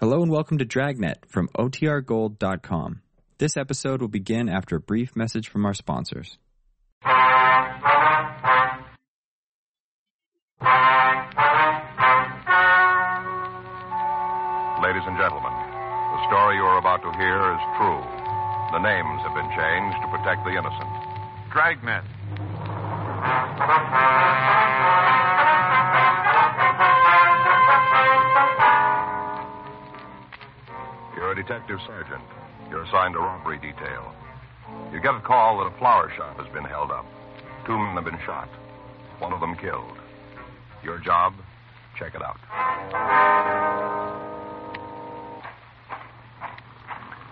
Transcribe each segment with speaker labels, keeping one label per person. Speaker 1: Hello and welcome to Dragnet from OTRGold.com. This episode will begin after a brief message from our sponsors.
Speaker 2: Ladies and gentlemen, the story you are about to hear is true. The names have been changed to protect the innocent.
Speaker 3: Dragnet.
Speaker 2: You're a detective sergeant. You're assigned to robbery detail. You get a call that a flower shop has been held up. Two men have been shot, one of them killed. Your job? Check it out.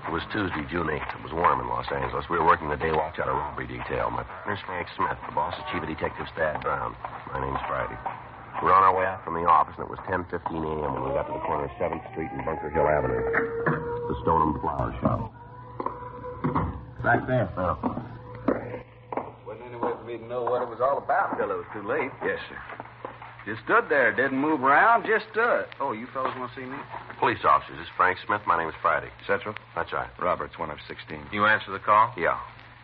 Speaker 4: It was Tuesday, June 8th. It was warm in Los Angeles. We were working the day watch out of robbery detail. My partner's Frank Smith, the boss is Chief of Detective Stab Brown. My name's Friday. We were on our way out from the office, and it was 10.15 a.m. when we got to the corner of 7th Street and Bunker Hill Avenue. The Stone and Flower Shop. Back there, Phil.
Speaker 5: Wasn't any way for me to know what it was all about until it was too late.
Speaker 4: Yes, sir.
Speaker 5: Just stood there, didn't move around, just stood. Oh, you fellas want to see me?
Speaker 4: Police officers. This is Frank Smith. My name is Friday.
Speaker 3: Central?
Speaker 4: That's right.
Speaker 3: Roberts, one of 16. You answer the call?
Speaker 4: Yeah.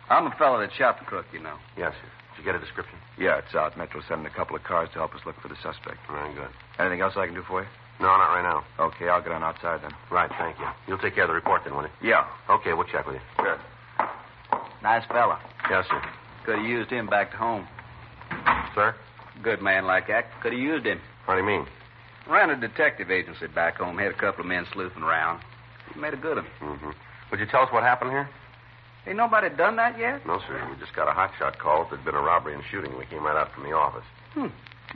Speaker 5: I'm the fellow that shot the crook, you know.
Speaker 4: Yes, sir. Did you get a description?
Speaker 3: Yeah, it's out. Metro sending a couple of cars to help us look for the suspect.
Speaker 4: Very good.
Speaker 3: Anything else I can do for you?
Speaker 4: No, not right now.
Speaker 3: Okay, I'll get on outside then.
Speaker 4: Right, thank you. You'll take care of the report then, will you?
Speaker 3: Yeah.
Speaker 4: Okay, we'll check with you.
Speaker 3: Good.
Speaker 5: Nice fella.
Speaker 4: Yes, sir.
Speaker 5: Could have used him back to home.
Speaker 4: Sir?
Speaker 5: Good man like that. Could have used him.
Speaker 4: What do you mean?
Speaker 5: Ran a detective agency back home. Had a couple of men sleuthing around. He made a good one.
Speaker 4: Mm-hmm. Would you tell us what happened here?
Speaker 5: Ain't nobody done that yet?
Speaker 4: No, sir. We just got a hot shot call that there'd been a robbery and shooting. We came right out from the office.
Speaker 5: Hmm.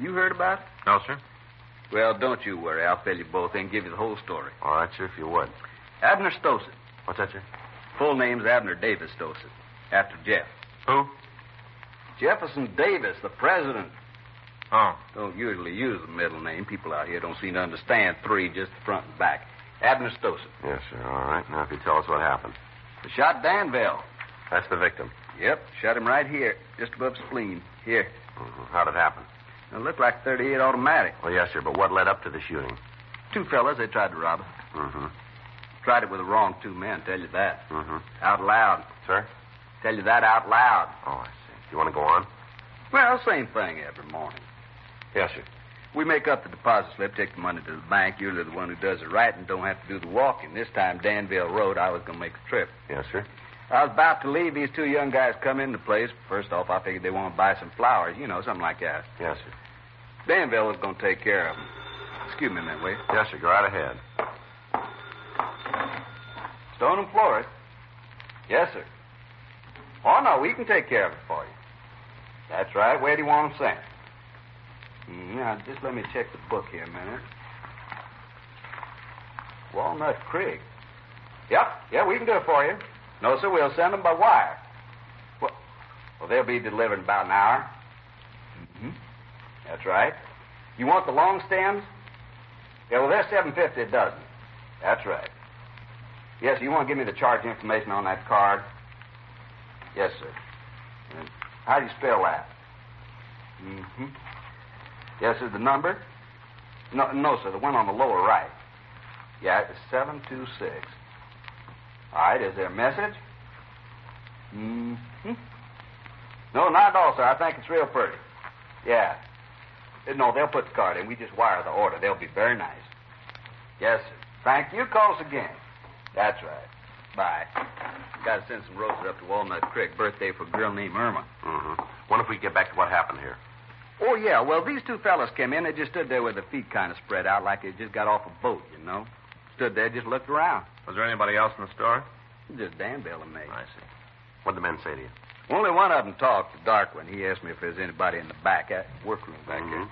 Speaker 5: You heard about it?
Speaker 4: No, sir.
Speaker 5: Well, don't you worry. I'll fill you both in, give you the whole story.
Speaker 4: All right, sir, if you would.
Speaker 5: Abner Stosett.
Speaker 4: What's that, sir?
Speaker 5: Full name's Abner Davis Stosett. After Jeff.
Speaker 4: Who?
Speaker 5: Jefferson Davis, the president.
Speaker 4: Oh.
Speaker 5: Don't usually use the middle name. People out here don't seem to understand three, just the front and back. Abner Stosett.
Speaker 4: Yes, sir. All right. Now, if you tell us what happened.
Speaker 5: Shot Danville.
Speaker 4: That's the victim.
Speaker 5: Yep, shot him right here, just above spleen. Here.
Speaker 4: Mm-hmm. How'd it happen?
Speaker 5: It looked like 38 automatic.
Speaker 4: Well, yes, sir, but what led up to the shooting?
Speaker 5: Two fellas, they tried to rob us.
Speaker 4: Mm-hmm.
Speaker 5: Tried it with the wrong two men, tell you that.
Speaker 4: Mm-hmm.
Speaker 5: Out loud.
Speaker 4: Sir?
Speaker 5: Tell you that out loud.
Speaker 4: Oh, I see. You want to go on?
Speaker 5: Well, same thing every morning.
Speaker 4: Yes, sir.
Speaker 5: We make up the deposit slip, take the money to the bank. You're the one who does it right and don't have to do the walking. This time, Danville Road, I was going to make the trip.
Speaker 4: Yes, sir.
Speaker 5: I was about to leave. These two young guys come into place. First off, I figured they want to buy some flowers, you know, something like that.
Speaker 4: Yes, sir.
Speaker 5: Danville was going to take care of them. Excuse me a minute, will you?
Speaker 4: Yes, sir. Go right ahead.
Speaker 5: Stone and Florist? Yes, sir. Oh, no, we can take care of it for you. That's right. Where do you want them sent? Mm, Now, just let me check the book here a minute. Walnut Creek. Yep, yeah, we can do it for you. No, sir, we'll send them by wire. Well, well they'll be delivered in about an hour. Mm-hmm. That's right. You want the long stems? Yeah, well, they're seven fifty a dozen. That's right. Yes, you want to give me the charge information on that card? Yes, sir. And How do you spell that? Mm-hmm. Yes, sir. The number? No, no, sir. The one on the lower right. Yeah, it's seven two six. All right. Is there a message? Mm-hmm. No, not at all, sir. I think it's real pretty. Yeah. Uh, No, they'll put the card in. We just wire the order. They'll be very nice. Yes, sir. Thank you. Call us again. That's right. Bye. Got to send some roses up to Walnut Creek. Birthday for a girl named Irma.
Speaker 4: Mm-hmm. Wonder if we get back to what happened here.
Speaker 5: Oh, yeah. Well, these two fellas came in. They just stood there with their feet kind of spread out like they just got off a boat, you know. Stood there, just looked around.
Speaker 3: Was there anybody else in the store?
Speaker 5: Just Danville and me.
Speaker 4: I see. What'd the men say to you?
Speaker 5: Only one of them talked, the dark one. He asked me if there's anybody in the back, at workroom back
Speaker 4: Mhm.
Speaker 5: there.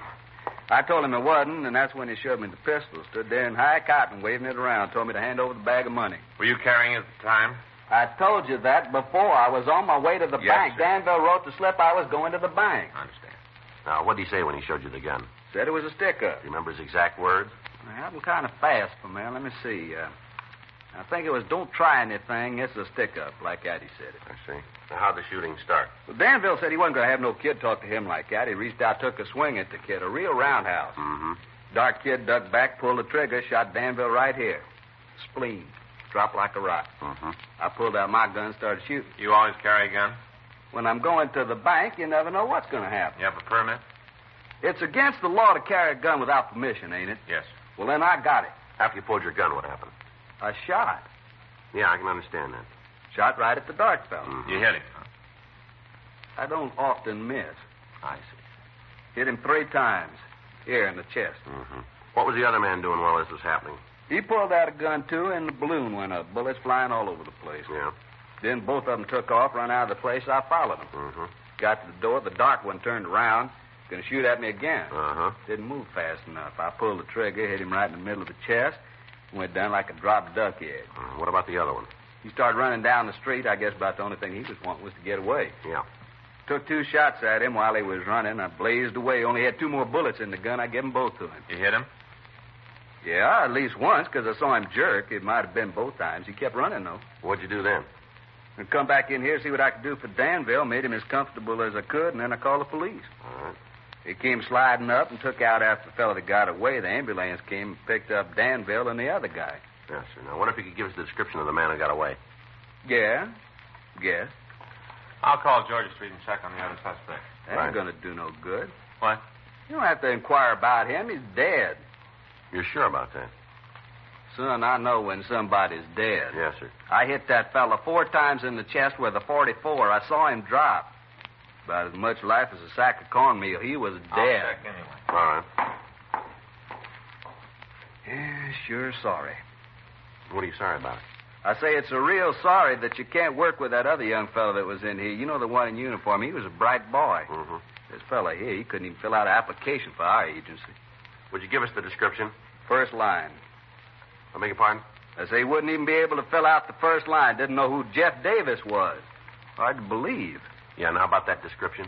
Speaker 5: I told him there wasn't, and that's when he showed me the pistol. Stood there in high cotton, waving it around, told me to hand over the bag of money.
Speaker 3: Were you carrying it at the time?
Speaker 5: I told you that before. I was on my way to the
Speaker 3: Yes,
Speaker 5: bank.
Speaker 3: sir.
Speaker 5: Danville wrote the slip. I was going to the bank.
Speaker 3: I understand.
Speaker 4: Now, what'd he say when he showed you the gun? Do
Speaker 5: Said it was a stick up.
Speaker 4: you remember his exact words?
Speaker 5: It happened kind of fast for me. Let me see. Uh, I think it was don't try anything. It's a stick up, like that, he said it.
Speaker 4: I see. Now, how'd the shooting start?
Speaker 5: Well, Danville said he wasn't going to have no kid talk to him like that. He reached out, took a swing at the kid, a real roundhouse.
Speaker 4: Mm-hmm.
Speaker 5: Dark kid ducked back, pulled the trigger, shot Danville right here. spleen. Dropped like a rock.
Speaker 4: Mm-hmm.
Speaker 5: I pulled out my gun and started shooting.
Speaker 3: You always carry a gun?
Speaker 5: When I'm going to the bank, you never know what's going to happen.
Speaker 3: You have a permit?
Speaker 5: It's against the law to carry a gun without permission, ain't it?
Speaker 3: Yes.
Speaker 5: Well, then I got it.
Speaker 4: After you pulled your gun, what happened?
Speaker 5: I shot.
Speaker 4: Yeah, I can understand that.
Speaker 5: Shot right at the dark fellow.
Speaker 4: Mhm.
Speaker 3: You hit him.
Speaker 5: I don't often miss.
Speaker 4: I see.
Speaker 5: Hit him three times. Here in the chest.
Speaker 4: Mm-hmm. What was the other man doing while this was happening?
Speaker 5: He pulled out a gun, too, and the balloon went up. Bullets flying all over the place.
Speaker 4: Yeah.
Speaker 5: Then both of them took off, run out of the place. I followed them.
Speaker 4: Mm-hmm.
Speaker 5: Got to the door. The dark one turned around. Gonna shoot at me again.
Speaker 4: Uh-huh.
Speaker 5: Didn't move fast enough. I pulled the trigger, hit him right in the middle of the chest. Went down like a dropped duck egg.
Speaker 4: Uh, What about the other one?
Speaker 5: He started running down the street. I guess about the only thing he was wanting was to get away.
Speaker 4: Yeah.
Speaker 5: Took two shots at him while he was running. I blazed away. Only had two more bullets in the gun. I gave 'em both to him.
Speaker 3: You hit him?
Speaker 5: Yeah, at least once, 'cause I saw him jerk. It might have been both times. He kept running, though.
Speaker 4: What'd you do then?
Speaker 5: And come back in here, see what I could do for Danville. Made him as comfortable as I could, and then I called the police.
Speaker 4: All right.
Speaker 5: They came sliding up and took out after the fellow that got away. The ambulance came and picked up Danville and the other guy.
Speaker 4: Yes, sir. Now, I wonder if you could give us the description of the man who got away.
Speaker 5: Yeah? Yes.
Speaker 3: I'll call Georgia Street and check on the other suspect.
Speaker 5: That
Speaker 4: Right.
Speaker 5: ain't going to do no good.
Speaker 3: What?
Speaker 5: You don't have to inquire about him. He's dead.
Speaker 4: You're sure about that?
Speaker 5: Son, I know when somebody's dead.
Speaker 4: Yes, sir.
Speaker 5: I hit that fella four times in the chest with a 44. I saw him drop. About as much life as a sack of cornmeal. He was
Speaker 3: I'll
Speaker 5: dead.
Speaker 3: check anyway.
Speaker 4: All right.
Speaker 5: Yeah, sure sorry.
Speaker 4: What are you sorry about?
Speaker 5: I say it's a real sorry that you can't work with that other young fellow that was in here. You know the one in uniform. He was a bright boy.
Speaker 4: Mm-hmm.
Speaker 5: This fella here, he couldn't even fill out an application for our agency.
Speaker 4: Would you give us the description?
Speaker 5: First line.
Speaker 4: I beg your pardon?
Speaker 5: I say he wouldn't even be able to fill out the first line. Didn't know who Jeff Davis was. Hard to believe.
Speaker 4: Yeah, now about that description.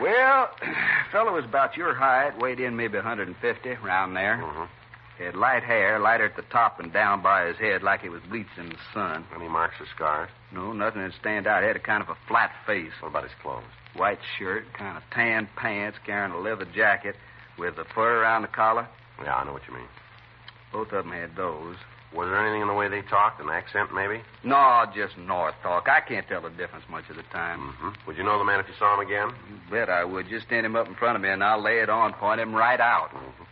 Speaker 5: Well, fellow was about your height, weighed in maybe 150, around there.
Speaker 4: Mm-hmm.
Speaker 5: Had light hair, lighter at the top and down by his head, like it was bleached in the sun.
Speaker 4: Any marks or scars?
Speaker 5: No, nothing that stand out. Had a kind of a flat face.
Speaker 4: What about his clothes?
Speaker 5: White shirt, kind of tan pants, carrying a leather jacket with a fur around the collar.
Speaker 4: Yeah, I know what you mean.
Speaker 5: Both of them had those.
Speaker 4: Was there anything in the way they talked? An accent, maybe?
Speaker 5: No, just North talk. I can't tell the difference much of the time.
Speaker 4: Mm-hmm. Would you know the man if you saw him again?
Speaker 5: You bet I would. Just stand him up in front of me, and I'll lay it on, point him right out.
Speaker 4: Mm-hmm.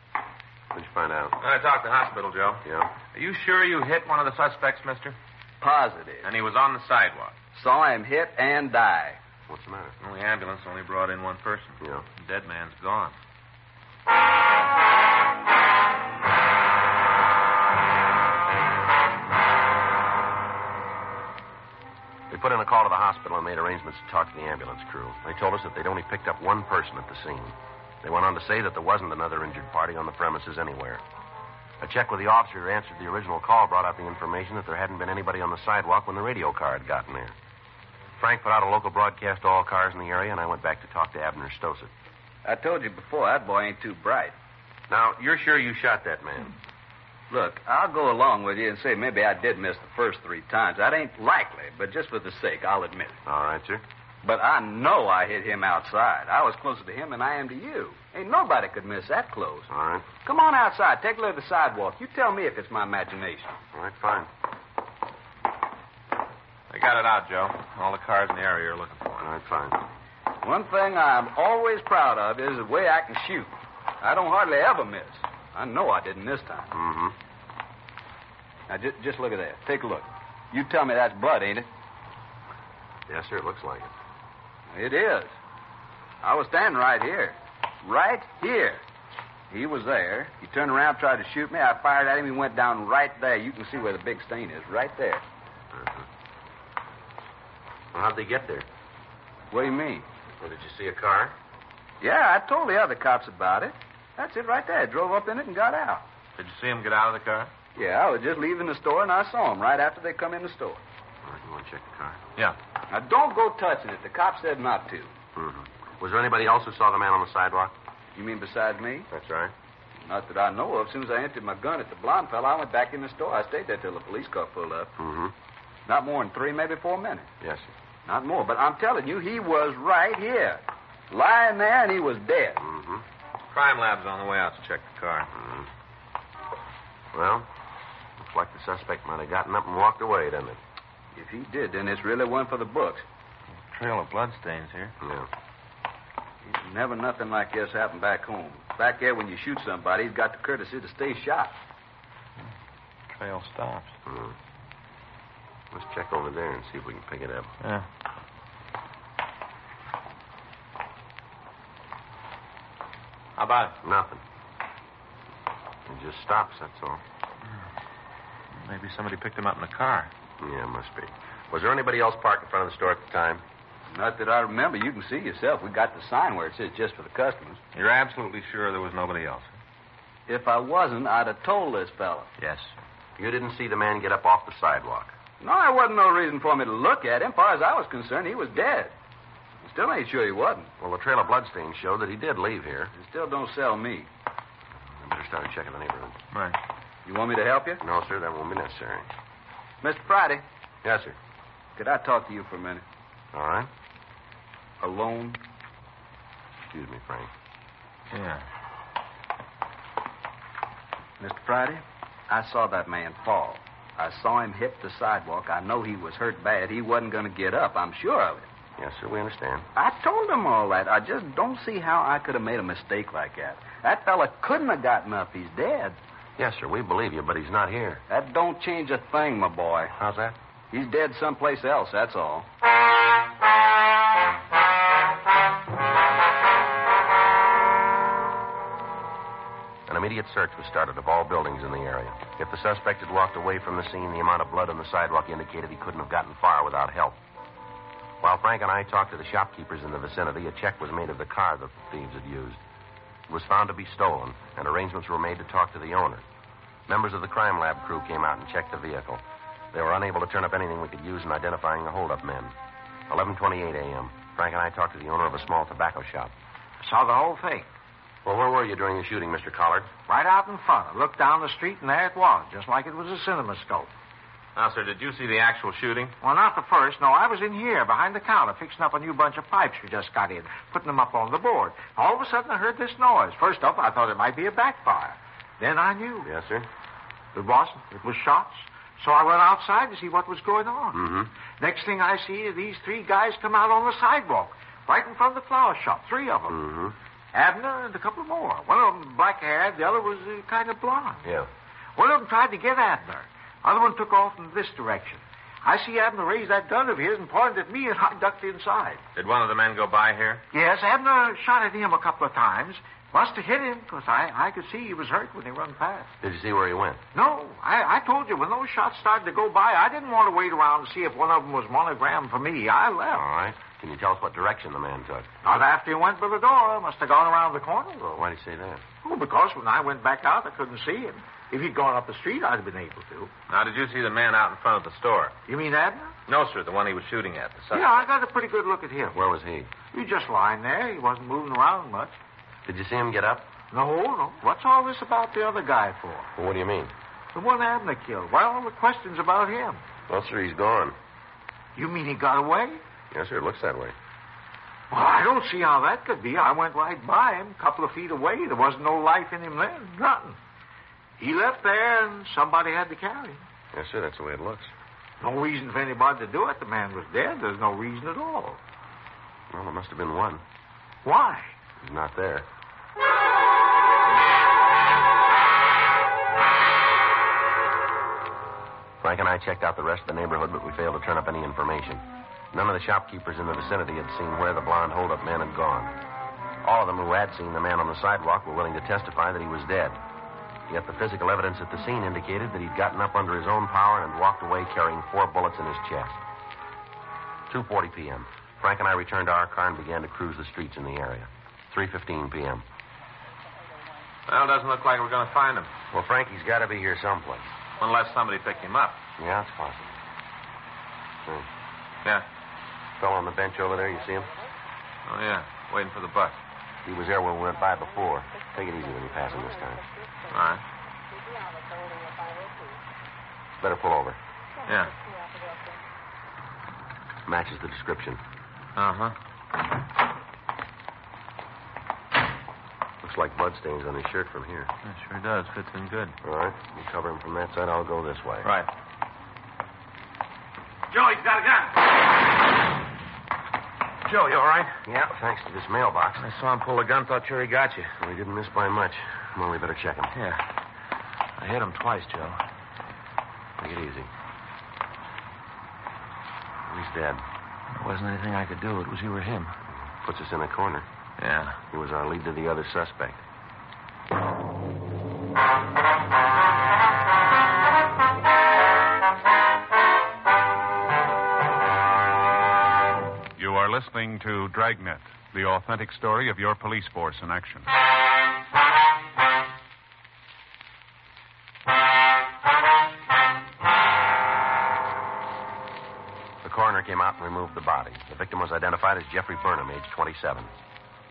Speaker 4: What'd you find out?
Speaker 3: I talked to hospital, Joe.
Speaker 4: Yeah.
Speaker 3: Are you sure you hit one of the suspects, mister?
Speaker 5: Positive.
Speaker 3: And he was on the sidewalk.
Speaker 5: Saw him hit and die.
Speaker 4: What's the matter?
Speaker 3: Only ambulance only brought in one person.
Speaker 4: Yeah.
Speaker 3: Dead man's gone.
Speaker 4: We put in a call to the hospital and made arrangements to talk to the ambulance crew. They told us that they'd only picked up one person at the scene. They went on to say that there wasn't another injured party on the premises anywhere. A check with the officer who answered the original call brought out the information that there hadn't been anybody on the sidewalk when the radio car had gotten there. Frank put out a local broadcast to all cars in the area, and I went back to talk to Abner Stosett.
Speaker 5: I told you before, that boy ain't too bright.
Speaker 4: Now, you're sure you shot that man?
Speaker 5: Look, I'll go along with you and say maybe I did miss the first three times. That ain't likely, but just for the sake, I'll admit it.
Speaker 4: All right, sir.
Speaker 5: But I know I hit him outside. I was closer to him than I am to you. Ain't nobody could miss that close.
Speaker 4: All right.
Speaker 5: Come on outside. Take a look at the sidewalk. You tell me if it's my imagination.
Speaker 4: All right, fine.
Speaker 3: They got it out, Joe. All the cars in the area are looking for
Speaker 4: All
Speaker 3: him.
Speaker 4: right, fine.
Speaker 5: One thing I'm always proud of is the way I can shoot. I don't hardly ever miss. I know I didn't this time.
Speaker 4: Mm-hmm.
Speaker 5: Now, just, just look at that. Take a look. You tell me that's blood, ain't it?
Speaker 4: Yes, sir, it looks like it.
Speaker 5: It is. I was standing right here. Right here. He was there. He turned around, tried to shoot me. I fired at him. He went down right there. You can see where the big stain is, right there.
Speaker 4: Uh-huh. Well, how'd they get there?
Speaker 5: What do you mean?
Speaker 4: Well, did you see a car?
Speaker 5: Yeah, I told the other cops about it. That's it right there. Drove up in it and got out.
Speaker 3: Did you see him get out of the car?
Speaker 5: Yeah, I was just leaving the store and I saw him right after they come in the store.
Speaker 4: All right, you want to check the car?
Speaker 3: Yeah.
Speaker 5: Now, don't go touching it. The cop said not to.
Speaker 4: Mm-hmm. Was there anybody else who saw the man on the sidewalk?
Speaker 5: You mean besides me?
Speaker 4: That's right.
Speaker 5: Not that I know of. As soon as I emptied my gun at the blonde fella, I went back in the store. I stayed there till the police car pulled up.
Speaker 4: Mm-hmm.
Speaker 5: Not more than three, maybe four minutes.
Speaker 4: Yes, sir.
Speaker 5: Not more, but I'm telling you, he was right here. Lying there, and he was dead.
Speaker 4: Mm-hmm.
Speaker 3: Crime lab's on the way out to check the car.
Speaker 4: mm Mm-hmm. Well, Looks like the suspect might have gotten up and walked away, doesn't it?
Speaker 5: If he did, then it's really one for the books.
Speaker 6: Trail of bloodstains here.
Speaker 4: Yeah.
Speaker 5: Never nothing like this happened back home. Back there, when you shoot somebody, he's got the courtesy to stay shot.
Speaker 6: Trail stops.
Speaker 4: Hmm. Let's check over there and see if we can pick it up.
Speaker 6: Yeah. How about it?
Speaker 4: Nothing. It just stops, that's all.
Speaker 6: Maybe somebody picked him up in a car.
Speaker 4: Yeah, it must be. Was there anybody else parked in front of the store at the time?
Speaker 5: Not that I remember. You can see yourself. We got the sign where it says just for the customers.
Speaker 6: You're absolutely sure there was nobody else?
Speaker 5: If I wasn't, I'd have told this fella.
Speaker 6: Yes.
Speaker 4: You didn't see the man get up off the sidewalk.
Speaker 5: No, there wasn't no reason for me to look at him. Far as I was concerned, he was dead. I still ain't sure he wasn't.
Speaker 4: Well, the trail of bloodstains showed that he did leave here.
Speaker 5: It still don't sell me.
Speaker 4: I better start checking the neighborhood.
Speaker 6: Right.
Speaker 5: You want me to help you?
Speaker 4: No, sir, that won't be necessary.
Speaker 5: Mr. Friday,
Speaker 4: Yes, sir.
Speaker 5: could I talk to you for a minute?
Speaker 4: All right.
Speaker 5: Alone?
Speaker 4: Excuse me, Frank.
Speaker 6: Yeah.
Speaker 5: Mr. Friday, I saw that man fall. I saw him hit the sidewalk. I know he was hurt bad. He wasn't going to get up. I'm sure of it.
Speaker 4: Yes, sir, we understand.
Speaker 5: I told him all that. I just don't see how I could have made a mistake like that. That fella couldn't have gotten up. He's dead.
Speaker 4: Yes, sir, we believe you, but he's not here.
Speaker 5: That don't change a thing, my boy.
Speaker 4: How's that?
Speaker 5: He's dead someplace else, that's all.
Speaker 4: An immediate search was started of all buildings in the area. If the suspect had walked away from the scene, the amount of blood on the sidewalk indicated he couldn't have gotten far without help. While Frank and I talked to the shopkeepers in the vicinity, a check was made of the car that the thieves had used. It was found to be stolen, and arrangements were made to talk to the owner. Members of the crime lab crew came out and checked the vehicle. They were unable to turn up anything we could use in identifying the holdup men. 11:28 a.m. Frank and I talked to the owner of a small tobacco shop.
Speaker 7: Saw the whole thing.
Speaker 4: Well, where were you during the shooting, Mr. Collard?
Speaker 7: Right out in front. I looked down the street, and there it was, just like it was a cinema scope.
Speaker 6: Now, sir, did you see the actual shooting?
Speaker 7: Well, not the first. No, I was in here behind the counter fixing up a new bunch of pipes we just got in, putting them up on the board. All of a sudden, I heard this noise. First up, I thought it might be a backfire. Then I knew.
Speaker 4: Yes, sir.
Speaker 7: It wasn't. It was shots. So I went outside to see what was going on.
Speaker 4: Mm-hmm.
Speaker 7: Next thing I see, these three guys come out on the sidewalk, right in front of the flower shop. Three of them.
Speaker 4: Mm-hmm.
Speaker 7: Abner and a couple more. One of them black-haired, the other was uh, kind of blonde.
Speaker 4: Yeah.
Speaker 7: One of them tried to get Abner. Other one took off in this direction. I see Abner raise that gun of his and pointed at me, and I ducked inside.
Speaker 6: Did one of the men go by here?
Speaker 7: Yes, Abner shot at him a couple of times. Must have hit him, because I, I could see he was hurt when he run past.
Speaker 4: Did you see where he went?
Speaker 7: No, I, I told you, when those shots started to go by, I didn't want to wait around to see if one of them was monogrammed for me. I
Speaker 4: All
Speaker 7: left.
Speaker 4: right. Can you tell us what direction the man took?
Speaker 7: Not after he went by the door. Must have gone around the corner,
Speaker 4: Well,
Speaker 7: though.
Speaker 4: why do you say that?
Speaker 7: Well, Oh, because when I went back out, I couldn't see him. If he'd gone up the street, I'd have been able to.
Speaker 6: Now, did you see the man out in front of the store?
Speaker 7: You mean Abner?
Speaker 6: No, sir, the one he was shooting at. The
Speaker 7: Yeah, I got a pretty good look at him.
Speaker 4: Where was he?
Speaker 7: He just lying there. He wasn't moving around much.
Speaker 4: Did you see him get up?
Speaker 7: No, no. What's all this about the other guy for?
Speaker 4: Well, what do you mean?
Speaker 7: The one Abner killed. Why all the questions about him?
Speaker 4: Well, sir, he's gone.
Speaker 7: You mean he got away?
Speaker 4: Yes, sir. It looks that way.
Speaker 7: Well, I don't see how that could be. I went right by him, a couple of feet away. There wasn't no life in him then. Nothing. He left there, and somebody had to carry him.
Speaker 4: Yes, sir. That's the way it looks.
Speaker 7: No reason for anybody to do it. The man was dead. There's no reason at all.
Speaker 4: Well, there must have been one.
Speaker 7: Why?
Speaker 4: He's not there. Frank and I checked out the rest of the neighborhood, but we failed to turn up any information. None of the shopkeepers in the vicinity had seen where the blonde holdup man had gone. All of them who had seen the man on the sidewalk were willing to testify that he was dead. Yet the physical evidence at the scene indicated that he'd gotten up under his own power and walked away carrying four bullets in his chest. 2:40 p.m. Frank and I returned to our car and began to cruise the streets in the area. 3:15 p.m.
Speaker 6: Well, it doesn't look like we're going to find him.
Speaker 4: Well, Frankie's got to be here someplace.
Speaker 6: Unless somebody picked him up.
Speaker 4: Yeah, it's possible. Hmm.
Speaker 6: Yeah.
Speaker 4: Fellow on the bench over there, you see him?
Speaker 6: Oh, yeah. Waiting for the bus.
Speaker 4: He was there when we went by before. Take it easy when you pass him this time.
Speaker 6: All right.
Speaker 4: Better pull over.
Speaker 6: Yeah.
Speaker 4: Matches the description.
Speaker 6: Uh huh.
Speaker 4: Looks Looks like bloodstains on his shirt from here.
Speaker 6: It sure does. Fits in good.
Speaker 4: All right. You cover him from that side. I'll go this way.
Speaker 6: Right.
Speaker 5: Joe, he's got a gun.
Speaker 6: Joe, you all right?
Speaker 4: Yeah, thanks to this mailbox.
Speaker 6: I saw him pull the gun, thought sure he got you.
Speaker 4: We didn't miss by much. Well, we better check him.
Speaker 6: Yeah. I hit him twice, Joe.
Speaker 4: Take it easy. He's dead.
Speaker 6: There wasn't anything I could do. It was you or him.
Speaker 4: Puts us in a corner.
Speaker 6: Yeah.
Speaker 4: He was our lead to the other suspect.
Speaker 8: You are listening to Dragnet, the authentic story of your police force in action.
Speaker 4: The coroner came out and removed the body. The victim was identified as Jeffrey Burnham, age 27.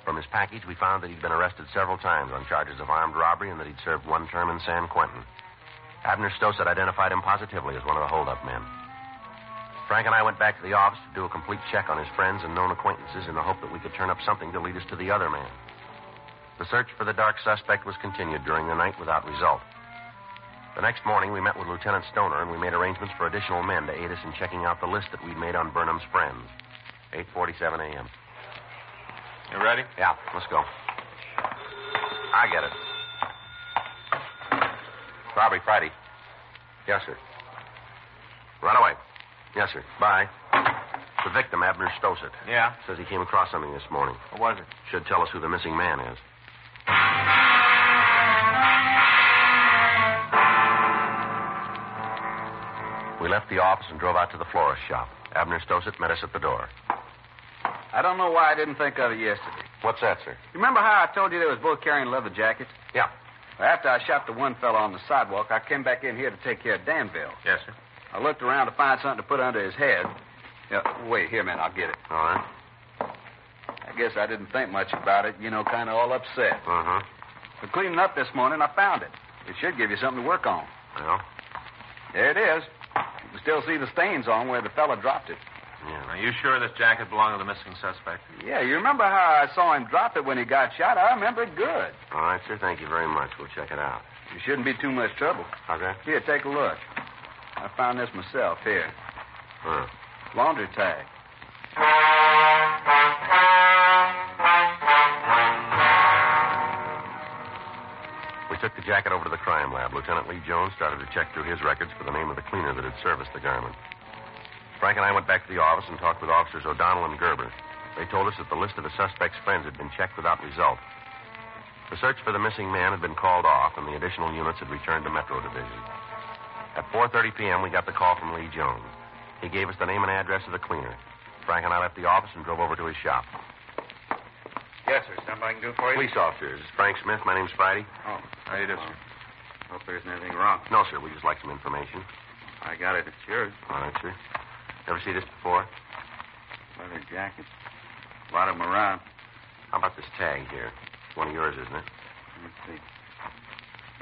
Speaker 4: From his package, we found that he'd been arrested several times on charges of armed robbery and that he'd served one term in San Quentin. Abner Stosett identified him positively as one of the holdup men. Frank and I went back to the office to do a complete check on his friends and known acquaintances in the hope that we could turn up something to lead us to the other man. The search for the dark suspect was continued during the night without result. The next morning, we met with Lieutenant Stoner, and we made arrangements for additional men to aid us in checking out the list that we'd made on Burnham's friends. 8.47 a.m.
Speaker 6: You ready?
Speaker 4: Yeah, let's go. I get it. Robbery Friday. Yes, sir. Run away. Yes, sir. Bye. The victim, Abner Stosett,
Speaker 6: Yeah.
Speaker 4: says he came across something this morning.
Speaker 6: What was it?
Speaker 4: Should tell us who the missing man is. We left the office and drove out to the florist shop. Abner Stosett met us at the door.
Speaker 5: I don't know why I didn't think of it yesterday.
Speaker 4: What's that, sir?
Speaker 5: You remember how I told you they was both carrying leather jackets?
Speaker 4: Yeah.
Speaker 5: Well, after I shot the one fellow on the sidewalk, I came back in here to take care of Danville.
Speaker 6: Yes, sir.
Speaker 5: I looked around to find something to put under his head. Yeah, wait here a minute, I'll get it.
Speaker 4: All right.
Speaker 5: I guess I didn't think much about it, you know, kind of all upset.
Speaker 4: Uh-huh.
Speaker 5: But cleaning up this morning, I found it. It should give you something to work on.
Speaker 4: Well,
Speaker 5: There it is. You can still see the stains on where the fella dropped it.
Speaker 4: yeah.
Speaker 6: Are you sure this jacket belonged to the missing suspect?
Speaker 5: Yeah, you remember how I saw him drop it when he got shot? I remember it good.
Speaker 4: All right, sir. Thank you very much. We'll check it out.
Speaker 5: It shouldn't be too much trouble.
Speaker 4: How's that?
Speaker 5: Here, take a look. I found this myself here.
Speaker 4: Huh.
Speaker 5: Laundry tag.
Speaker 4: We took the jacket over to the crime lab. Lieutenant Lee Jones started to check through his records for the name of the cleaner that had serviced the garment. Frank and I went back to the office and talked with officers O'Donnell and Gerber. They told us that the list of the suspect's friends had been checked without result. The search for the missing man had been called off, and the additional units had returned to Metro Division. At 4.30 p.m., we got the call from Lee Jones. He gave us the name and address of the cleaner. Frank and I left the office and drove over to his shop.
Speaker 6: Yes, sir. Something I can do for
Speaker 4: Police officers. Frank Smith. My name's Friday.
Speaker 6: Oh, how you doing? Hope there isn't anything wrong.
Speaker 4: No, sir. We just like some information.
Speaker 6: I got it. It's yours.
Speaker 4: All right, sir. Ever see this before?
Speaker 6: Leather jacket. A lot of them around.
Speaker 4: How about this tag here? One of yours, isn't it?
Speaker 6: Let me see.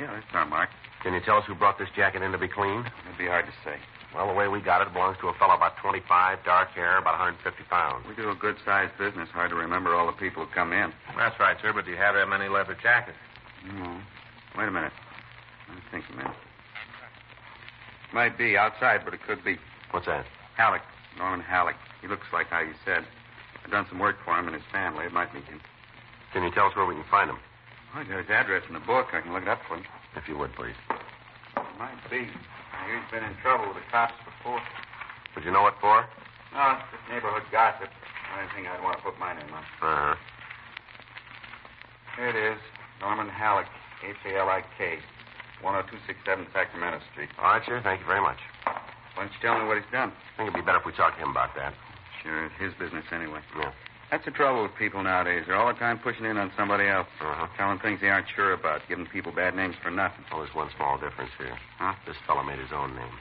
Speaker 6: Yeah, that's our mark.
Speaker 4: Can you tell us who brought this jacket in to be cleaned?
Speaker 6: It'd be hard to say.
Speaker 4: Well, the way we got it belongs to a fellow about 25, dark hair, about 150 pounds.
Speaker 6: We do a good sized business. Hard to remember all the people who come in. That's right, sir, but do you have that many leather jackets? No. Wait a minute. Let me think a minute. Might be outside, but it could be.
Speaker 4: What's that?
Speaker 6: Halleck, Norman Halleck. He looks like how you said. I've done some work for him and his family. It might be him.
Speaker 4: Can you tell us where we can find him?
Speaker 6: I got his address in the book. I can look it up for him.
Speaker 4: If you would, please.
Speaker 6: Might be. He's been in trouble with the cops before.
Speaker 4: Would you know what for?
Speaker 6: No, it's just neighborhood gossip. I don't think I'd want to put mine in mine.
Speaker 4: Uh-huh.
Speaker 6: Here it is. Norman Halleck, H-A-L-I-K, 10267 Sacramento Street.
Speaker 4: All right, sir. Thank you very much.
Speaker 6: Why don't you tell me what he's done?
Speaker 4: I think it'd be better if we talked to him about that.
Speaker 6: Sure, it's his business anyway.
Speaker 4: Yeah.
Speaker 6: That's the trouble with people nowadays. They're all the time pushing in on somebody else,
Speaker 4: Uh-huh.
Speaker 6: telling things they aren't sure about, giving people bad names for nothing.
Speaker 4: Well, there's one small difference here.
Speaker 6: Huh?
Speaker 4: This fellow made his own name.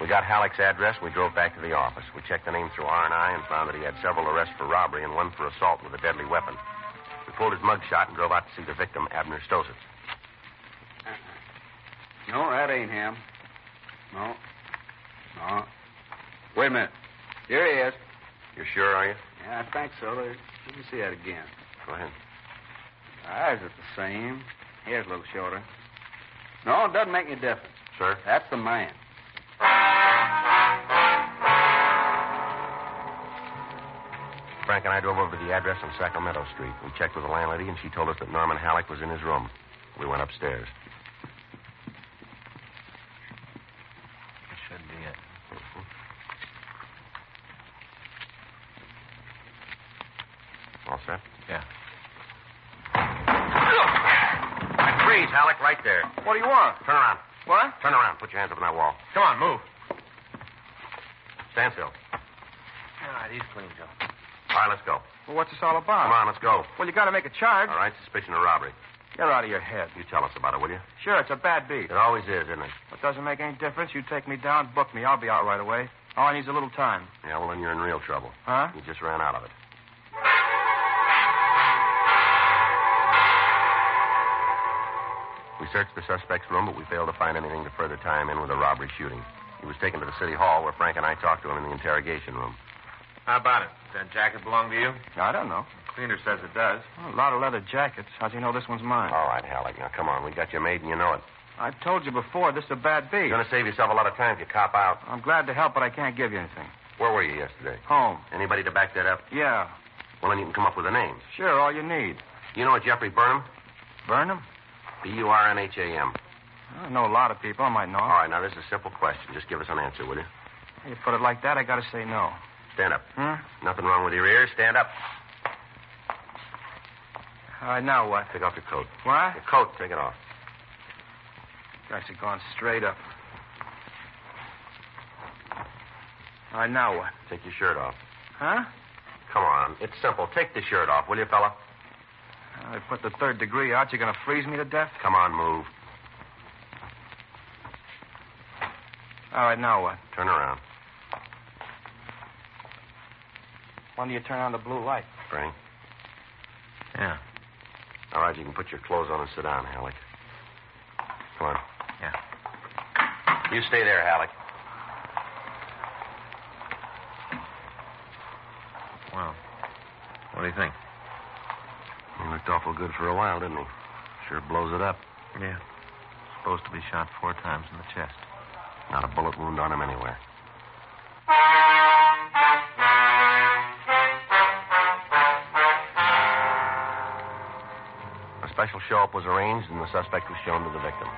Speaker 4: We got Halleck's address. We drove back to the office. We checked the name through R&I and found that he had several arrests for robbery and one for assault with a deadly weapon. We pulled his mug shot and drove out to see the victim, Abner Stosett.
Speaker 5: No, that ain't him. No.
Speaker 9: Oh. Wait a minute. Here he is.
Speaker 4: You're sure, are you?
Speaker 9: Yeah, I think so. There- Let me see that again.
Speaker 4: Go ahead.
Speaker 9: Eyes are the same. Hair's a little shorter. No, it doesn't make any difference.
Speaker 4: Sure?
Speaker 9: That's the man.
Speaker 4: Frank and I drove over to the address on Sacramento Street. We checked with the landlady, and she told us that Norman Halleck was in his room. We went upstairs.
Speaker 7: That should be it.
Speaker 4: Mm-hmm. All set?
Speaker 7: Yeah.
Speaker 4: Freeze, Halleck, right there.
Speaker 5: What do you want?
Speaker 4: Turn around.
Speaker 5: What?
Speaker 4: Turn around. Put your hands up on that wall.
Speaker 7: Come on, move.
Speaker 4: Stand still.
Speaker 7: All right, he's clean, Joe.
Speaker 4: All right, let's go.
Speaker 5: Well, what's this all
Speaker 4: Come
Speaker 5: about?
Speaker 4: on, let's go.
Speaker 5: Well, you got to make a charge.
Speaker 4: All right, suspicion of robbery.
Speaker 5: You're out of your head.
Speaker 4: You tell us about it, will you?
Speaker 5: Sure, it's a bad beat.
Speaker 4: It always is, isn't it?
Speaker 5: It doesn't make any difference. You take me down, book me. I'll be out right away. All I need is a little time.
Speaker 4: Yeah, well, then you're in real trouble.
Speaker 5: Huh?
Speaker 4: You just ran out of it. We searched the suspect's room, but we failed to find anything to further tie him in with a robbery shooting. He was taken to the city hall where Frank and I talked to him in the interrogation room.
Speaker 7: How about it? Does that jacket belong to you?
Speaker 5: I don't know.
Speaker 7: Cleaner says it does.
Speaker 5: Well, a lot of leather jackets. How'd you know this one's mine?
Speaker 4: All right, Halleck, now come on. We got you made and you know it.
Speaker 5: I told you before, this is a bad beat.
Speaker 4: You're going to save yourself a lot of time if you cop out.
Speaker 5: I'm glad to help, but I can't give you anything.
Speaker 4: Where were you yesterday?
Speaker 5: Home.
Speaker 4: Anybody to back that up?
Speaker 5: Yeah.
Speaker 4: Well, then you can come up with the names.
Speaker 5: Sure, all you need.
Speaker 4: You know a Jeffrey Burnham?
Speaker 5: Burnham?
Speaker 4: B U R N H A M.
Speaker 5: I know a lot of people. I might know.
Speaker 4: All right, now this is a simple question. Just give us an answer, will you?
Speaker 5: You put it like that, I got to say no.
Speaker 4: Stand up.
Speaker 5: Hmm?
Speaker 4: Nothing wrong with your ears. Stand up.
Speaker 5: All right, now what?
Speaker 4: Take off your coat.
Speaker 5: What?
Speaker 4: Your coat, take it off.
Speaker 5: Guys are going straight up. All right, now what?
Speaker 4: Take your shirt off.
Speaker 5: Huh?
Speaker 4: Come on. It's simple. Take the shirt off, will you, fella?
Speaker 5: Uh, They put the third degree out. You're going to freeze me to death?
Speaker 4: Come on, move.
Speaker 5: All right, now what?
Speaker 4: Turn around.
Speaker 5: When do you turn on the blue light?
Speaker 4: Frank.
Speaker 7: Yeah.
Speaker 4: All right, you can put your clothes on and sit down, Halleck. Come on.
Speaker 7: Yeah.
Speaker 4: You stay there, Halleck.
Speaker 7: Well, what do you think?
Speaker 4: He looked awful good for a while, didn't he? Sure blows it up.
Speaker 7: Yeah. Supposed to be shot four times in the chest.
Speaker 4: Not a bullet wound on him anywhere. A special show-up was arranged, and the suspect was shown to the victim.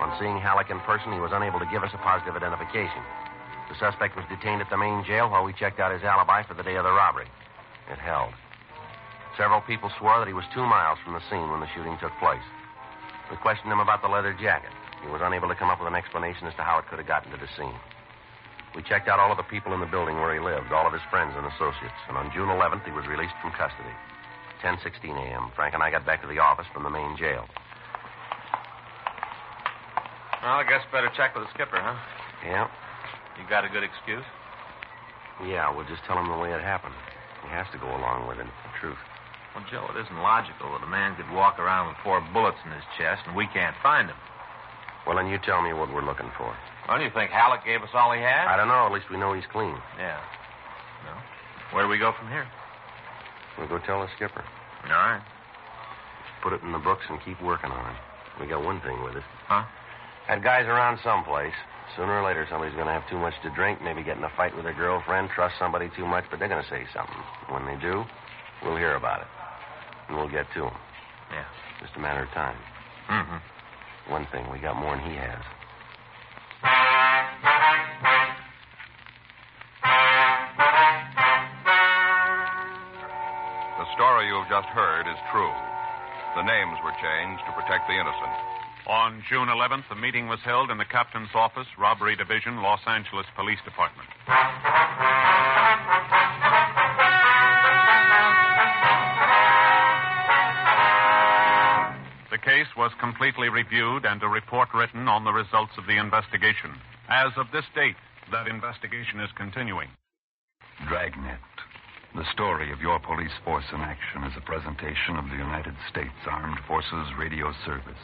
Speaker 4: On seeing Halleck in person, he was unable to give us a positive identification. The suspect was detained at the main jail while we checked out his alibi for the day of the robbery. It held. Several people swore that he was two miles from the scene when the shooting took place. We questioned him about the leather jacket. He was unable to come up with an explanation as to how it could have gotten to the scene. We checked out all of the people in the building where he lived, all of his friends and associates, and on June 11th, he was released from custody. 10:16 a.m. Frank and I got back to the office from the main jail.
Speaker 7: Well, I guess better check with the skipper, huh?
Speaker 4: Yeah,
Speaker 7: You got a good excuse?
Speaker 4: yeah. We'll just tell him the way it happened. He has to go along with it. The truth.
Speaker 7: Well, Joe, it isn't logical that a man could walk around with four bullets in his chest and we can't find him.
Speaker 4: Well, then you tell me what we're looking for.
Speaker 7: Well, you think Halleck gave us all he had?
Speaker 4: I don't know. At least we know he's clean.
Speaker 7: Yeah. Well, where do we go from here?
Speaker 4: We'll go tell the skipper.
Speaker 7: All right.
Speaker 4: Put it in the books and keep working on it. We got one thing with it.
Speaker 7: Huh?
Speaker 4: That guy's around someplace. Sooner or later, somebody's going to have too much to drink, maybe get in a fight with a girlfriend, trust somebody too much, but they're going to say something. When they do, we'll hear about it. And we'll get to them.
Speaker 7: Yeah.
Speaker 4: Just a matter of time.
Speaker 7: Mm-hmm.
Speaker 4: One thing, we got more than he has.
Speaker 10: The story you've just heard is true. The names were changed to protect the innocent.
Speaker 2: On June 11th, the meeting was held in the captain's office, Robbery Division, Los Angeles Police Department. The case was completely reviewed and a report written on the results of the investigation. As of this date, that investigation is continuing.
Speaker 11: Dragnet. The story of your police force in action is a presentation of the United States Armed Forces Radio Service.